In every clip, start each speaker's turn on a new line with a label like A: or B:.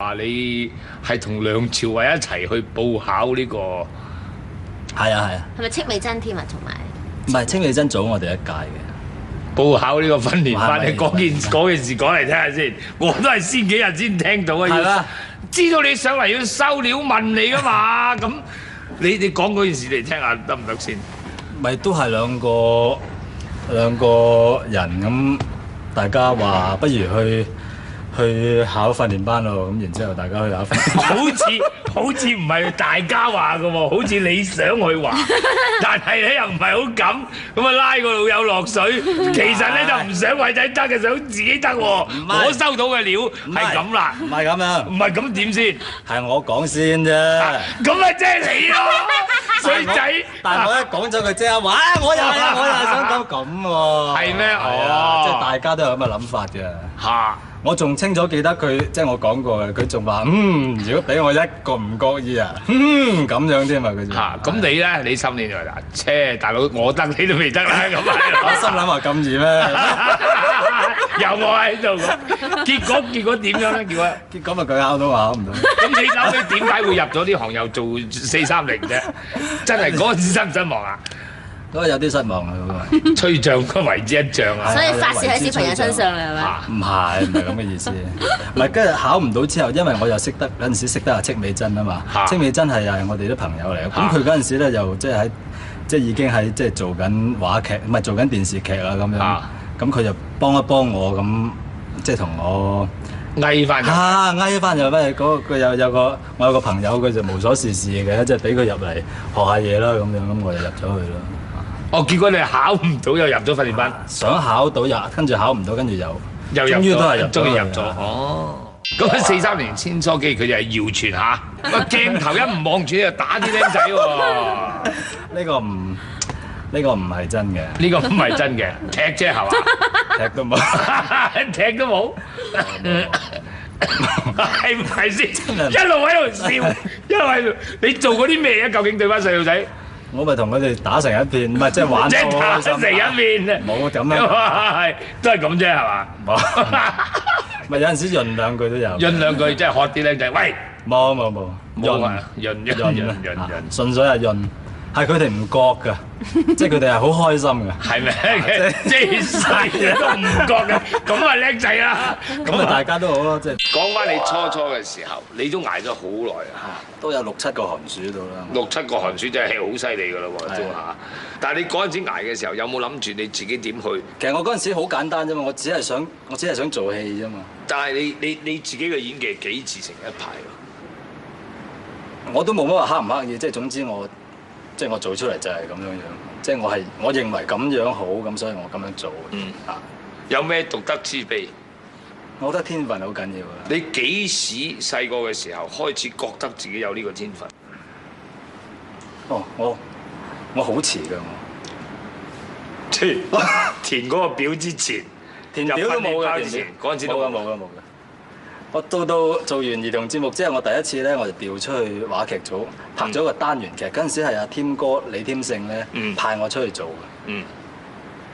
A: 話你係同梁朝偉一齊去報考呢、個，
B: 係啊係啊，
C: 係咪戚美珍添啊？同埋
B: 唔係清理真早我哋一屆嘅，
A: 報考呢個訓練班。
B: 哇
A: 你嗰件
B: 係
A: 嗰件事講嚟聽下先，我都係先幾日先聽到啊。
B: 係
A: 要
B: 啦
A: 知道你上嚟要收料問你噶嘛？ 咁你你講嗰件事嚟聽下得唔得先？
B: 咪都係兩個兩個人咁，大家話不如去去考訓練班咯，咁然之後大家去考訓練班。
A: 好 似好似唔係大家話嘅喎，好似你想去 話，但係咧又唔係好敢，咁啊拉個老友落水。其實咧就唔想偉仔得嘅，想自己得喎。
B: 係
A: 我收到嘅料 係咁啦，
B: 唔係咁樣
A: 唔，係咁點先？
B: 係我講先啫。
A: 咁啊即係你咯，衰仔。
B: 但係我一講咗佢即 刻話，啊我又係啊，我又係想講咁喎。
A: 係咩
B: 係啊
A: 哦
B: 即係大家都有咁嘅諗法嘅。
A: 嚇
B: 我仲清楚記得佢，即係我講過嘅，佢仲話嗯，如果俾我一個唔覺意啊，嗯咁樣添嘛，佢就
A: 嚇，咁你咧你心裏就嗱，切大佬我得你都未得啦，咁係咯
B: 我 心諗話咁易咩？
A: 有我喺度咁，結果結果點樣咧？結果？
B: 結果咪佢考到考唔到，
A: 咁你後尾點解會入咗呢行又做四三零啫？真係嗰陣時失唔失望啊？
B: 都有啲失望啊嗰個。
A: 吹脹個為之一脹啊！
C: 所以發泄喺小朋友身上啦，係咪？
A: 啊
B: 唔係唔係咁嘅意思，唔係跟住考唔到之後，因為我又識得嗰陣時識得阿戚美珍啊
A: 嚇
B: 嘛，戚美珍係又係我哋啲朋友嚟嘅，
A: 嚇
B: 咁佢嗰陣時咧又即係喺即係已經喺即係做緊話劇，唔係做緊電視劇啊咁樣
A: 嚇，
B: 咁佢就幫一幫我咁，即係同我
A: 翳翻咗，
B: 啊嗌翻入嚟嗰個佢有有個我有個朋友佢就無所事事嘅，即係俾佢入嚟學下嘢啦咁樣，咁我就入咗去啦。
A: 哦，結果你考唔到又入咗訓練班，
B: 想考到又跟住考唔到，跟住又
A: 又入
B: 終於都係入
A: 咗，
B: 咗
A: 終於入咗。
B: 係啊
A: 哦，咁啊四三年千梭機佢就係謠傳 嚇，個鏡頭一唔望住你就打啲僆仔喎，
B: 呢個唔呢個唔係真 嘅，
A: 呢個唔係真嘅，踢啫係
B: 踢都冇。
A: 嘛， 踢都冇。係唔係先？一路喺度笑，一路喺度，你做嗰啲咩啊？究竟對班細路仔？
B: 我咪同佢哋打成一片，唔係即係玩
A: 即
B: 得
A: 係
B: 好
A: 打
B: 開心
A: 成一面啊！
B: 冇咁樣，
A: 係都係咁啫， 係嘛？
B: 冇咪有陣時潤兩句都有。
A: 潤兩句即係喝啲靚仔，喂，
B: 冇冇冇，
A: 潤啊，潤潤
B: 潤
A: 潤潤
B: 啊
A: 潤，
B: 純粹係潤，係佢哋唔覺㗎，即係佢哋係好開心㗎。
A: 係 咪？啊即係細嘢都唔覺嘅， 咁啊靚仔啦！
B: 咁啊，大家都好咯，即係
A: 講翻你初初嘅時候，你都捱咗好耐啊，
B: 都有六七個寒暑到啦。
A: 六七個寒暑真係好犀利㗎啦喎，都
B: 係
A: 嚇！但係你嗰陣時捱嘅時候，有冇諗住你自己點去？
B: 其實我嗰陣時好簡單啫嘛，我只係想我只係想做戲啫嘛。
A: 但係你你你自己嘅演技幾自成一派喎？
B: 我都冇乜話刻唔刻意，即係總之我即係我做出嚟就係咁樣樣，即係我係我認為咁樣好，咁所以我咁樣做。
A: 嗯
B: 啊，
A: 有咩獨得之秘？
B: 我覺得天分好緊要啊！
A: 你幾時細個嘅時候開始覺得自己有呢個天分？
B: 哦，我我好遲㗎，我
A: 填 填嗰個表之前，
B: 填表都冇
A: 入訓練班
B: 㗎，
A: 之前
B: 填表
A: 嗰陣時都
B: 冇㗎冇㗎冇㗎。我到到做完兒童節目之後，我第一次咧我就調出去話劇組拍咗個單元劇，嗰陣時係阿添哥李添勝咧
A: 嗯
B: 派我出去做嘅。
A: 嗯，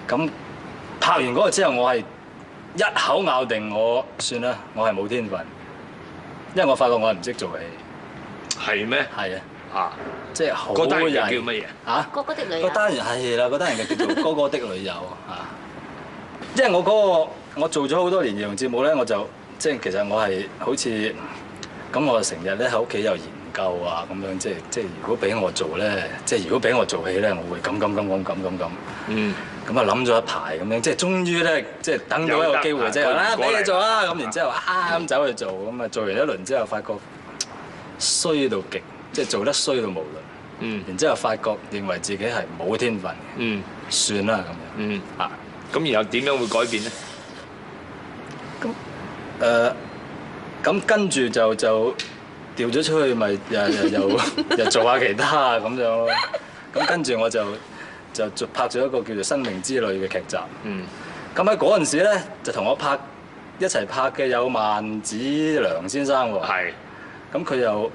B: 咁拍完嗰個之後，我係一口咬定我算啦，我係冇天分，因為我發覺我係唔識做戲，
A: 係咩？
B: 係啊，
A: 啊，
B: 即係好
A: 嗰單嘢
B: 人
A: 叫乜嘢？
B: 啊？
C: 嗰嗰啲女
B: 個單人係啦，個單人就叫做《哥哥的女友》啊，因為我嗰、個我做咗好多年兒童節目咧，我就即係其實我係好似咁，我成日咧喺屋企又研究啊咁樣，即係即係如果俾我做咧，即係如果俾我做戲咧，我會咁咁咁咁咁咁咁。
A: 嗯，
B: 咁啊諗咗一排咁樣，即係終於咧，即係等到一個機會即係
A: 有得
B: 啊
A: 過嚟
B: 俾你做啦，咁然之後啊咁走去做，咁啊做完一輪之後發覺衰到極，即係做得衰到無論，
A: 嗯，
B: 然之後發覺認為自己係冇天分嘅，
A: 嗯，
B: 算啦咁
A: 嗯，
B: 樣啊，
A: 咁然後點樣會改變呢？
B: 誒呃咁跟住就就調咗出去，咪又又又又做下其他啊咁樣咯，咁跟住我就就就拍咗一個叫做《生命之旅》嘅劇集。
A: 嗯，
B: 咁喺嗰陣時咧，就同我拍一齊拍嘅有萬梓良先生喎。
A: 係，
B: 咁佢又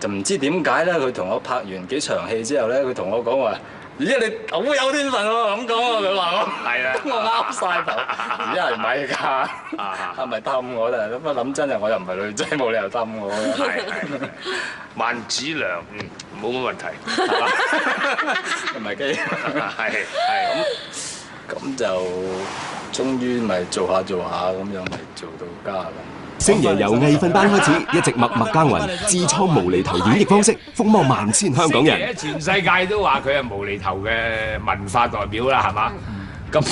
B: 就唔知點解咧，佢同我拍完幾場戲之後咧，佢同我講話：而家你好有天分喎，咁講喎佢話我。
A: 係啦，
B: 我啱晒頭，而家係咪㗎？係咪氹我咧？咁啊諗真係我又唔係女仔，冇理由氹我嘅。
A: 係係係萬子良，嗯，冇乜問題，
B: 唔係機，
A: 係係咁。
B: 咁就終於咪做下做下咁樣，咪做到家咁。
D: 星爺由藝訓班開始，一直默默耕耘，自創無厘頭演繹方式，風靡萬千香港
A: 星
D: 人。
A: 期一全世界都話佢係無厘頭嘅文化代表啦，係嘛？咁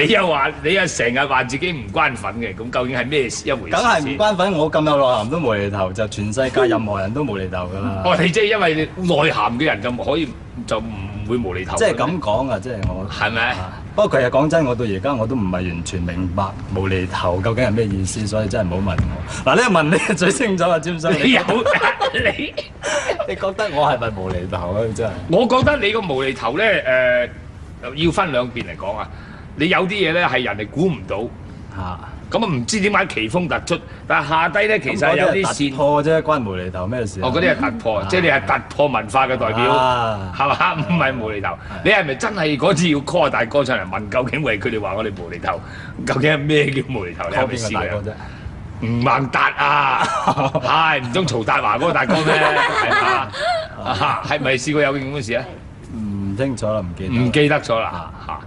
A: 你又話你又成日話自己唔關粉嘅，咁究竟係咩一回事？
B: 梗係唔。關粉，我咁有內涵都無厘頭，就全世界任何人都無厘頭㗎啦。
A: 哦，你即係因為內涵嘅人就可以就唔會無厘頭。
B: 即係咁，講啊，即係我。
A: 係咪？
B: 不過其實講真，我到而家我都唔係完全明白無厘頭究竟係咩意思，所以真係唔好問我。嗱，呢個問你最清楚 啊，詹生，
A: 你
B: 你
A: 有你，
B: 你覺得我係咪無厘頭啊？真係。
A: 我覺得你個無厘頭咧，誒、要分兩邊嚟講啊。你有啲嘢咧係人哋估唔到，
B: 嚇！
A: 咁啊唔知點解奇峰突出，但係下低咧其實係有啲
B: 突
A: 線。
B: 破啊啫，關無厘頭咩事啊？
A: 哦，嗰啲係突破，即係你係突破文化嘅代表，
B: 啊
A: 係嘛？唔係無厘頭。你係咪真係嗰次要 call 大哥上嚟問，究竟為佢哋話我哋無厘頭，究竟係咩啊叫無厘頭？你係
B: 講
A: 咪
B: 邊
A: 試
B: 個大
A: 過
B: 哥啫？
A: 吳孟達啊， 係唔通曹達華嗰個大哥咩？係 嘛？啊係咪試過有咁嘅事啊？
B: 唔清楚啦，唔記得啦。
A: 唔記得咗啦嚇。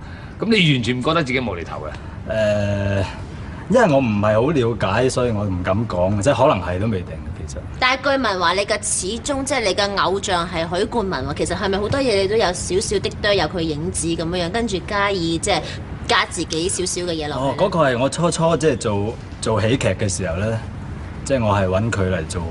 A: 咁你完全唔覺得自己無厘頭嘅？
B: 誒、因為我唔係好了解，所以我唔敢講，即係可能係都未定，其實。
C: 但係據聞話你嘅始終即係你嘅偶像係許冠文喎，其實係咪好多嘢你都有少少的多有佢影子咁樣樣，跟住加以即係加自己少少嘅嘢落
B: 哦，嗰、
C: 去呢。
B: 個係我初初即係做做喜劇嘅時候咧，即係我係揾佢嚟做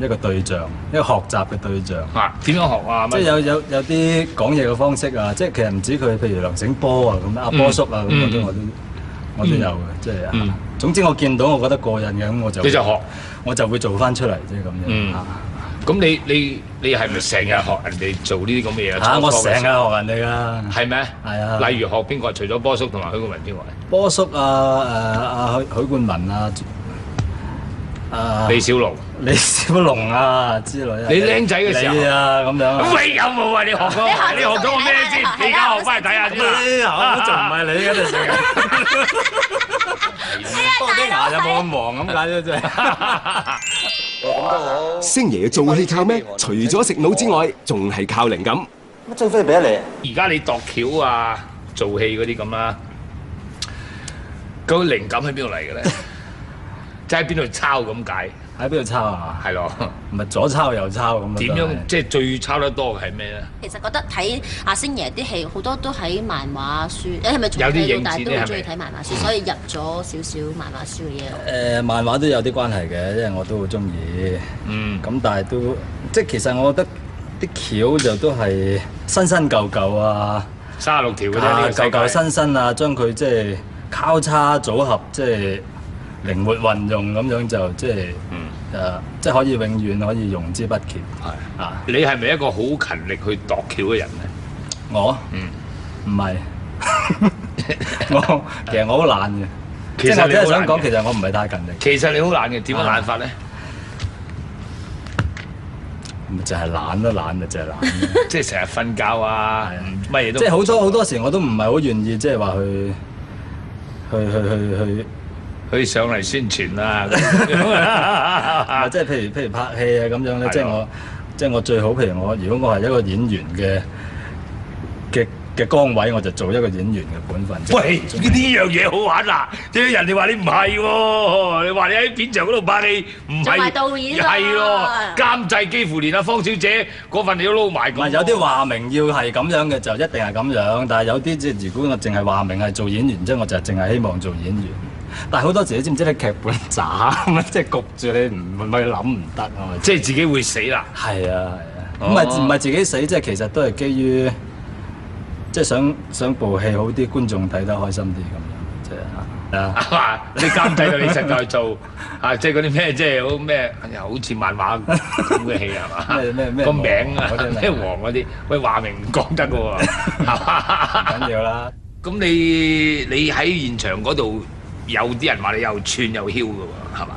B: 一個對象，一個學習嘅對象。
A: 啊點樣學啊？
B: 即係有有有啲講嘢嘅方式啊，即係其實唔止佢，譬如梁醒波啊咁，阿波叔啊咁
A: 嗯
B: 嗰啲我都我都有嘅，即係
A: 嗯
B: 啊。總之我見到我覺得過癮嘅，咁我就
A: 你就學。
B: 我就會做翻出嚟，即係咁
A: 嗯
B: 樣啊。
A: 咁你你你係咪成日學人哋做呢啲咁嘅嘢
B: 嚇！我
A: 初初
B: 成
A: 嘅
B: 日
A: 時候
B: 學人哋㗎。
A: 係咩？
B: 係啊
A: 例如學邊個？除咗波叔同埋許冠文之外，
B: 波叔啊，誒啊許許冠文啊，啊
A: 李小龍。
B: 李小龍啊之類啊，
A: 你僆仔嘅時候
B: 你啊咁樣啊，
A: 喂，有冇啊？你學過？
C: 你學
A: 你學咗個咩先？
C: 係啊
A: 你而家學翻嚟睇下先啦。
B: 你啊我仲唔係你嘅你成日，不過啲牙就冇咁黃咁解啫，真 係。
D: 星爺做戲靠咩？除咗食腦之外，仲係靠靈感。
E: 乜張飛俾咗你啊？
A: 而家你度橋啊、做戲嗰啲咁啦，個靈感喺邊度嚟嘅 咧？即係喺邊度抄咁解？
B: 喺邊度抄啊？
A: 係咯，
B: 唔係左抄右抄咁啊？
A: 點
B: 真係
A: 樣即係最抄得多嘅係咩咧？
C: 其實覺得睇阿星爺啲戲好多都啊喺漫畫書，你係咪從
A: 有啲
C: 細
A: 影
C: 到大
A: 子
C: 都
A: 呢
C: 好
A: 係
C: 中意
A: 咪
C: 睇漫畫書，所以入咗少少漫畫書嘅嘢落去？
B: 誒漫畫都有啲關係嘅，因為我都好中意。
A: 嗯，
B: 咁但係都即係其實我覺得啲橋就都係新新舊舊啊。
A: 三十六條嘅啫，呢
B: 啊，
A: 個世
B: 舊
A: 界
B: 舊新新啊，將佢即係交叉組合，即係靈活運用咁樣就即係誒、
A: 嗯
B: 即係可以永遠可以用之不竭。係啊，
A: 你係咪一個好勤力去度橋嘅人咧？
B: 我
A: 嗯
B: 唔 係，我其實我好懶嘅。
A: 其
B: 即
A: 實
B: 係我
A: 你
B: 只
A: 好
B: 係
A: 懶
B: 想講，
A: 嘅
B: 其實我唔係太勤力，
A: 其實你好懶嘅，點樣懶法咧？
B: 啊咪就係懶都
A: 啊
B: 懶咪就係懶。
A: 即係成日瞓覺啊，乜嘢都
B: 即係好多好多時我都唔係好願意，即係話去去去去去。去
A: 去上嚟宣傳 啦。
B: 啊，即係譬如譬如拍戲啊咁樣
A: 係
B: 咧
A: 啊，
B: 即係我即係我最好，譬如我如果我係一個演員嘅嘅嘅崗位，我就做一個演員嘅本分。即係
A: 喂，呢樣嘢好玩啦！即係人哋話你唔係喎，你話你喺片場嗰度拍戲唔係
C: 做埋導演啊
A: 係咯，監製幾乎連阿方小姐嗰份你都撈埋咁
B: 唔係有啲話明要係咁樣嘅就一定係咁樣，但係有啲即係如果我淨係話明係做演員啫，我就淨係希望做演員。但係好多時你知唔知你劇本渣咁啊，即係焗住你唔咪諗唔得啊嘛。
A: 即係自己會死啦。
B: 係啊，係
A: 哦
B: 啊，唔係唔係自己死，即係其實都係基於即係想想部戲好啲，觀眾睇得開心啲咁樣，即係啊。
A: 係嘛 你監製到你實在做 啊！即係嗰啲咩，即係好咩，又好似漫畫咁嘅戲係嘛？
B: 咩咩咩
A: 個名啊
B: 王嗰啲，咩
A: 咩王嗰啲，喂話明唔講得嘅 喎，係嘛
B: 唔啊緊要啦，
A: 咁 你你喺現場嗰度有啲人話你又串又囂嘅喎，係嘛？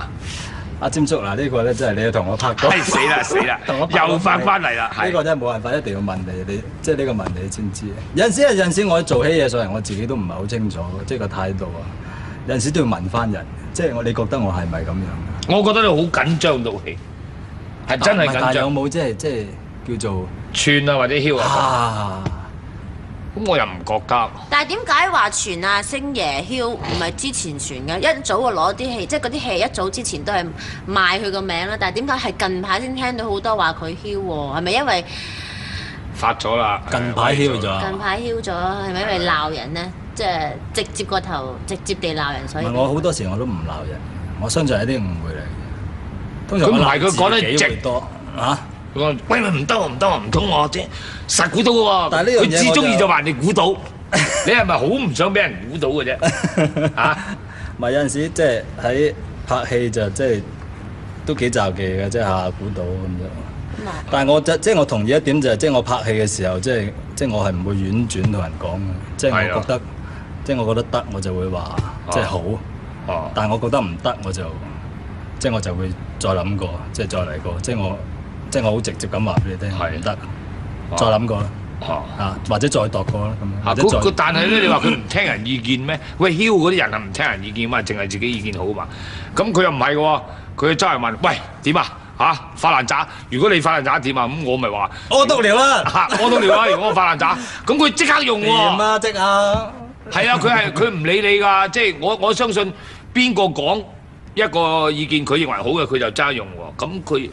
B: 阿詹叔嗱，呢個咧真係你同我拍過，
A: 哎死啦死啦
B: 同我拍過
A: 又發返嚟啦係
B: 呢個真係冇辦法，一定要問你，你即係呢個問你先知。有陣時有陣時我做起嘢上嚟，我自己都唔係好清楚，即係個態度啊。有陣時都要問翻人，即係我你覺得我係咪咁樣？啊
A: 我覺得你好緊張到氣，係真係
B: 唔但
A: 緊
B: 有
A: 張，
B: 冇即係即係叫做
A: 串啊或者囂啊，
B: 啊？
A: 咁我又唔覺得。
C: 但係點解話傳啊星爺囂唔係之前傳嘅？一早就攞啲戲，即係嗰啲戲一早之前都係賣佢個名啦。但係點解係近排先聽到好多話佢囂喎？係咪因為
A: 發咗啦，
B: 近排囂咗啊
C: 近排囂咗？係咪因為鬧人呢？即係直接個頭直接地鬧人，所以
B: 唔係我好多時我都唔鬧人，我相信係一啲誤會嚟嘅。通常
A: 咁
B: 我
A: 唔係
B: 鬧
A: 佢講得
B: 自己
A: 直
B: 會多啊。
A: 我話喂喂唔得喎唔得喎，唔通我啫，實估到喎。
B: 但係呢樣嘢
A: 佢只
B: 我就
A: 中意就話人哋估到， 你係咪好唔想俾人估到嘅啫？嚇！
B: 咪有陣時即係喺拍戲就即係都幾罩忌嘅，即係下下估到咁啫。
C: 咁啊
B: 但係我就即係我同意一點就係、即係我拍戲嘅時候，即係即係我係唔會婉轉同人講嘅，即係
A: 係
B: 我
A: 啊
B: 覺得即係我覺得得我就會話即係好，
A: 哦，
B: 但係我覺得唔得我就即係我就會再諗過，即係再嚟過，即係我即係我好直接咁話俾你聽，
A: 係
B: 唔得，再諗過啦，
A: 哦。
B: 啊或者再度過啦咁樣，
A: 啊！
B: 或
A: 嗰
B: 者
A: 嗰
B: 再
A: 但係咧，你話佢唔聽人意見咩？喂，囂嗰啲人啊係唔聽人意見嘛，淨係自己意見好嘛。咁佢又唔係嘅喎，佢周圍問：喂點啊？嚇、發爛渣！如果你發爛渣點啊？咁我咪話
B: 屙督尿啦，
A: 嚇，我都尿啦！如果我發爛渣，咁佢即刻用
B: 掂
A: 喎、
B: 啊即啊！
A: 係啊，佢係佢唔理你㗎，即係我我相信邊個講一個意見，佢認為好嘅，佢就揸用喎。咁佢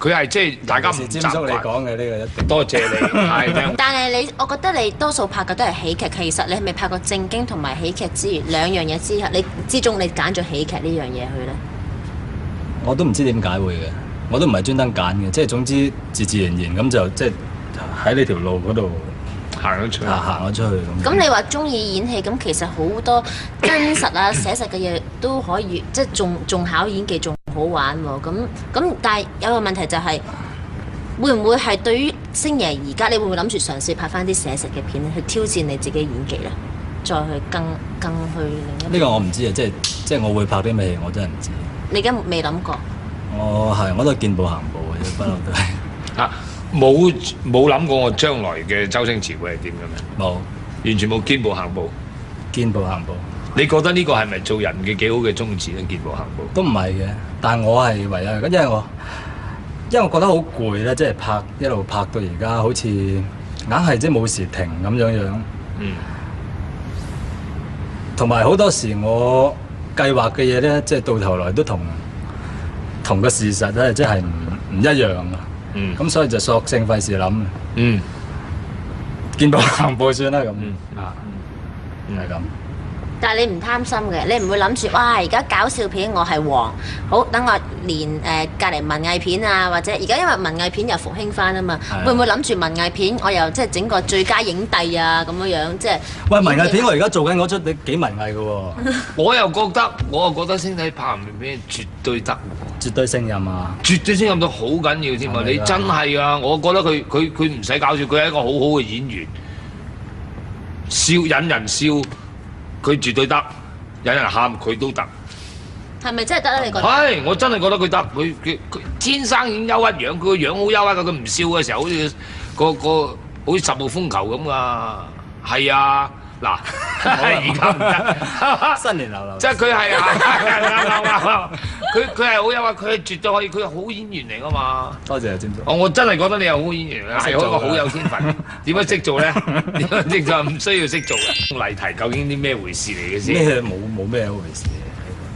A: 佢係即係大家唔
B: 尤其
A: 習
B: 是詹叔你
A: 慣。
B: 講嘅呢個一定。
A: 多謝 你，係聽
C: 但係你，我覺得你多數拍嘅都係喜劇，其實你係咪拍過正經同埋喜劇之餘兩樣嘢之後，你之中你揀咗喜劇呢樣嘢去呢？
B: 我都唔知點解會嘅，我都唔係專登揀嘅，即係總之自自然然咁就即係喺呢條路嗰度
A: 行咗出去
B: 啊。行咗出去咁。
C: 咁你話中意演戲，咁其實好多真實啊、寫實嘅嘢都可以，即係仲仲考演技，仲好玩喎、咁咁，但係有個問題就係、會唔會係對於星爺而家，你會唔會諗住嘗試拍翻啲寫實嘅片去挑戰你自己演技呢？再去更更去另一
B: 呢個我唔知啊，即係即係我會拍啲咩戲，我真係唔知。
C: 你而家未諗過？
B: 我係我都係見步行步嘅啫，不嬲都 係
A: 啊！冇冇諗過我將來嘅周星馳會係點嘅咩？
B: 冇
A: 完全冇肩步行步。
B: 見步行步，
A: 你覺得呢個係咪做人嘅幾好嘅宗旨咧？肩步行步。
B: 都唔係嘅。但我係唯一，因為我因為我覺得好攰咧，即係拍一路拍到而家，好似硬係即係冇時停咁樣樣。
A: 嗯。
B: 同埋好多時我計劃嘅嘢咧，即係到頭來都同同個事實咧，即係唔唔一樣啊！
A: 嗯。
B: 咁所以就索性費事諗，
A: 嗯。
B: 見步行步算啦咁。
A: 嗯
B: 啊，
A: 嗯
B: 係咁。
C: 但係你唔貪心嘅，你唔會諗住哇！而家搞笑片我係王，好等我連誒、呃隔離文藝片啊，或者而家因為文藝片又復興翻啊嘛
B: 係啊，
C: 會唔會諗住文藝片我又即係整個最佳影帝啊咁樣樣，即係
B: 喂，文藝片我而家做緊嗰出，你幾文藝 嘅喎，
A: 我又覺得，我又覺得星仔拍唔明咩絕對得喎。
B: 絕對勝任啊！
A: 絕對聲音到好緊要添啊！
B: 係咪㗎
A: 你真係啊，我覺得佢佢佢唔使搞笑，佢係一個好好嘅演員，笑引人笑，佢絕對得，引人喊佢都得。
C: 係咪真係得咧？你覺得？
A: 係，我真係覺得佢得，佢佢佢天生已經憂鬱樣，佢個樣好憂鬱㗎，佢唔笑嘅時候好似個個好似十號風球咁噶。係啊，嗱，而家唔得。
B: 新年流流
A: 即。係佢係啊，啱啱啱啱佢佢係好有啊，佢係絕對可以，佢係好演員嚟噶嘛。
B: 多謝啊，詹叔。
A: 哦我我真係覺得你係好演員，啊係一個好有天分。 點樣識做咧？點樣識做？唔需要識做嘅。例題究竟啲咩回事嚟嘅先？
B: 咩冇冇咩一回事？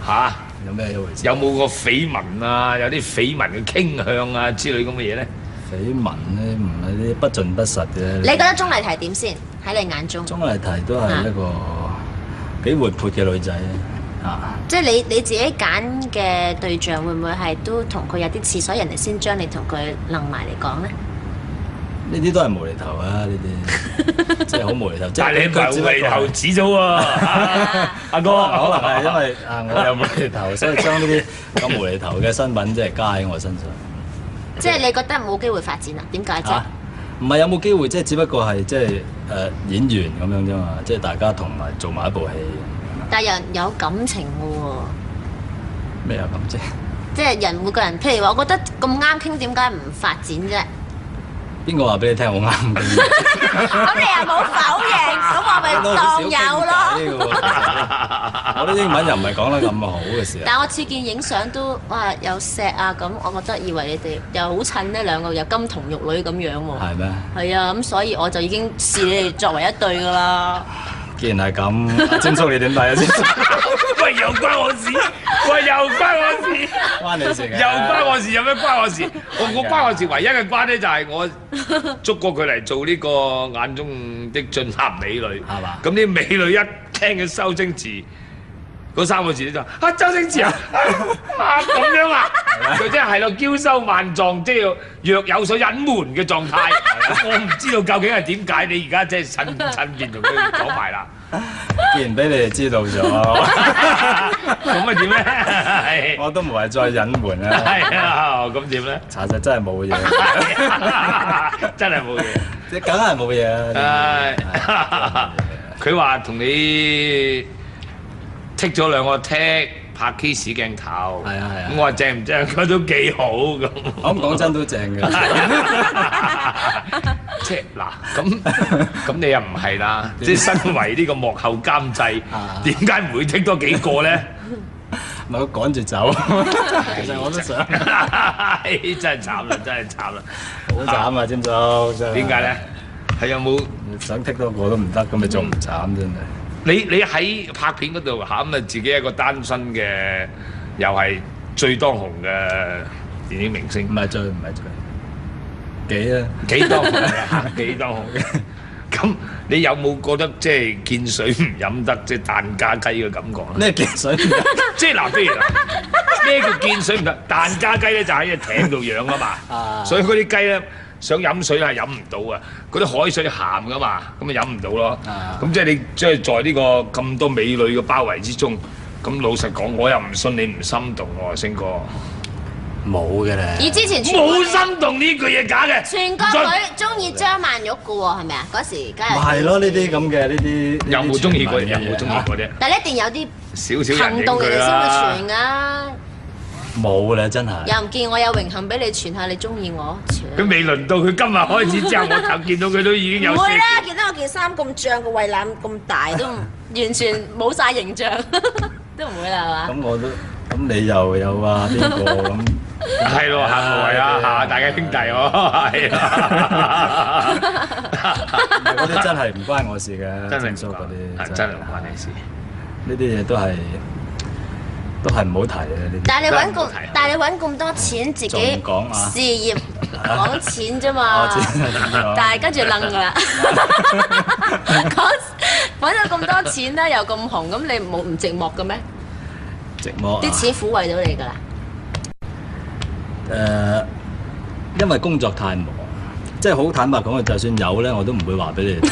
A: 嚇，
B: 有咩一回事？
A: 有冇個緋聞啊？有啲緋聞嘅傾向啊之類咁嘅嘢咧？
B: 緋聞咧，唔係啲不盡不實嘅。
C: 你覺得鐘麗緹點先？喺你眼中，
B: 鐘麗緹都係一個幾活潑嘅女仔啊！
C: 即係你你自己揀嘅對象會唔會係都同佢有啲似，所以人哋先將你同佢楞埋嚟講呢？
B: 呢啲都係無厘頭啊！呢 啲即係好無厘頭，即
A: 但係你唔係為頭指咗 喎，阿 哥
B: 可能可能係因為啊，我有無 厘頭，所以將呢啲咁無厘頭嘅身份即係加喺我身上
C: 即係你覺得冇機會發展啊？點解啫
B: 嚇。？唔係有冇機會？即係只不過係即係誒演員咁樣啫嘛，即係大家同埋做埋一部戲
C: 但係有人有感情嘅喎。
B: 咩啊咁啫？
C: 即係人每個人，譬如話，我覺得咁啱傾，點解唔發展啫？
B: 邊個話俾你聽我啱嘅？
C: 咁你又冇否認， 咁我咪當有咯。
B: 有咯。我啲英文又唔係講得咁好嘅時候，
C: 但我次見影相都哇有石啊咁，我覺得以為你哋又好襯呢兩個又金童玉女咁樣喎。
B: 係咩？
C: 係啊，咁所以我就已經視你哋作為一對㗎啦。
B: 既然係咁，阿詹叔你點睇啊？詹叔
A: 喂，又關我 事，喂，又關我事，
B: 關你事嘅。
A: 又關我事，有咩關我事？我我關我事，唯一嘅關咧就係我捉過佢嚟做呢個眼中的俊男美女，
B: 係嘛
A: 咁啲美女一聽佢周星馳嗰三個字咧就啊周星 馳啊啊咁樣啊，佢真係咯嬌羞萬狀，即係若有所隱瞞嘅狀態。我唔知道究竟係點解，你而家真係 趁趁便同佢講埋啦。
B: 既然俾你哋知道咗，
A: 咁啊咪點咧？ 係
B: 我都唔係再隱瞞啦。
A: 係啊，咁點咧？
B: 查實真係冇嘢，
A: 真係冇嘢。
B: 即梗係冇嘢啦。
A: 唉， 佢話同你剔咗兩個剔拍 kiss 鏡頭。
B: 係啊係啊
A: 咁我話正唔正？佢都幾好咁。
B: 我咁講真都正嘅，
A: 即係嗱，咁咁你又唔係 啦，即係身為呢個幕後監製
B: 啊，
A: 點解唔會剔多幾個咧？
B: 咪趕住走。其實我都想，好
A: 真係慘啦，真係慘啦。
B: 慘啊，詹叔。真係啊
A: 點解咧？係有冇？
B: 想剔多個都唔得，咁咪仲唔慘真係？
A: 你你喺拍片嗰度嚇咁啊，自己一個單身嘅，又係最當紅嘅電影明
B: 唔
A: 星，
B: 係最，唔係最，幾啊？
A: 幾當紅嘅嚇，幾當紅嘅。咁你有冇覺得即係見水唔飲得，即係蛋加雞嘅感覺 咧？
B: 呢件水唔得
A: 即係嗱，譬如嗱，咩叫見水唔得？蛋加雞咧就喺只艇度養啊 嘛，
B: 啊
A: 所以嗰啲雞咧想飲水係飲唔到啊，嗰啲海水鹹噶嘛，咁咪飲唔到咯。
B: 啊
A: 咁即係你即係在呢個咁多美女嘅包圍之中，咁老實講，我又唔信你唔心動喎，星哥。
B: 冇嘅
C: 而
B: 咧。
C: 之前全國
A: 冇心動呢句嘢假嘅，
C: 全國
A: 唔信
C: 女中意張曼玉嘅喎，係咪啊？嗰時梗
B: 咪
C: 係
B: 係咯，呢啲咁嘅呢啲
A: 有冇中意過？
B: 呢
A: 有
B: 啲傳聞嘅嘢啊
A: 冇中意過啫？
C: 但係一定有啲
A: 少少人
C: 行
A: 影
C: 動人
A: 佢啊
C: 哋
A: 啦
C: 先會傳。噶，
B: 冇啦，真係。
C: 又唔見我有榮幸俾你傳下，你中意我？
A: 佢未輪到佢今日開始之後，我就見到佢都已經有
C: 唔
A: 些
C: 會啦，見到我件衫咁脹，個胃腩咁大，都唔完全冇晒形象， 都唔會啦，係嘛？
B: 咁我都咁你又有啊邊個 咁？
A: 係咯，嚇各位啊，嚇大家兄弟喎，係啊，
B: 嗰啲真係唔關我事嘅，
A: 真係
B: 正
A: 唔
B: 叔嗰
A: 關，
B: 啲
A: 係真係唔關你事。
B: 呢啲嘢都係都係唔好提嘅呢 啲。
C: 但係你
A: 真係
C: 揾
A: 唔
C: 咁
A: 好睇啊，
C: 但係你揾咁多錢，自己
B: 仲講啊哦
C: 事業講錢啫
B: 我
C: 嘛
B: 知知道，
C: 但係跟住楞㗎啦。講揾咗咁多錢啦，又咁紅，咁你冇唔寂寞嘅咩？
B: 寂寞啊
C: 啲錢撫慰到你㗎啦。
B: 誒，因為工作太忙，即係好坦白講，就算有咧，我都唔會話俾你哋聽。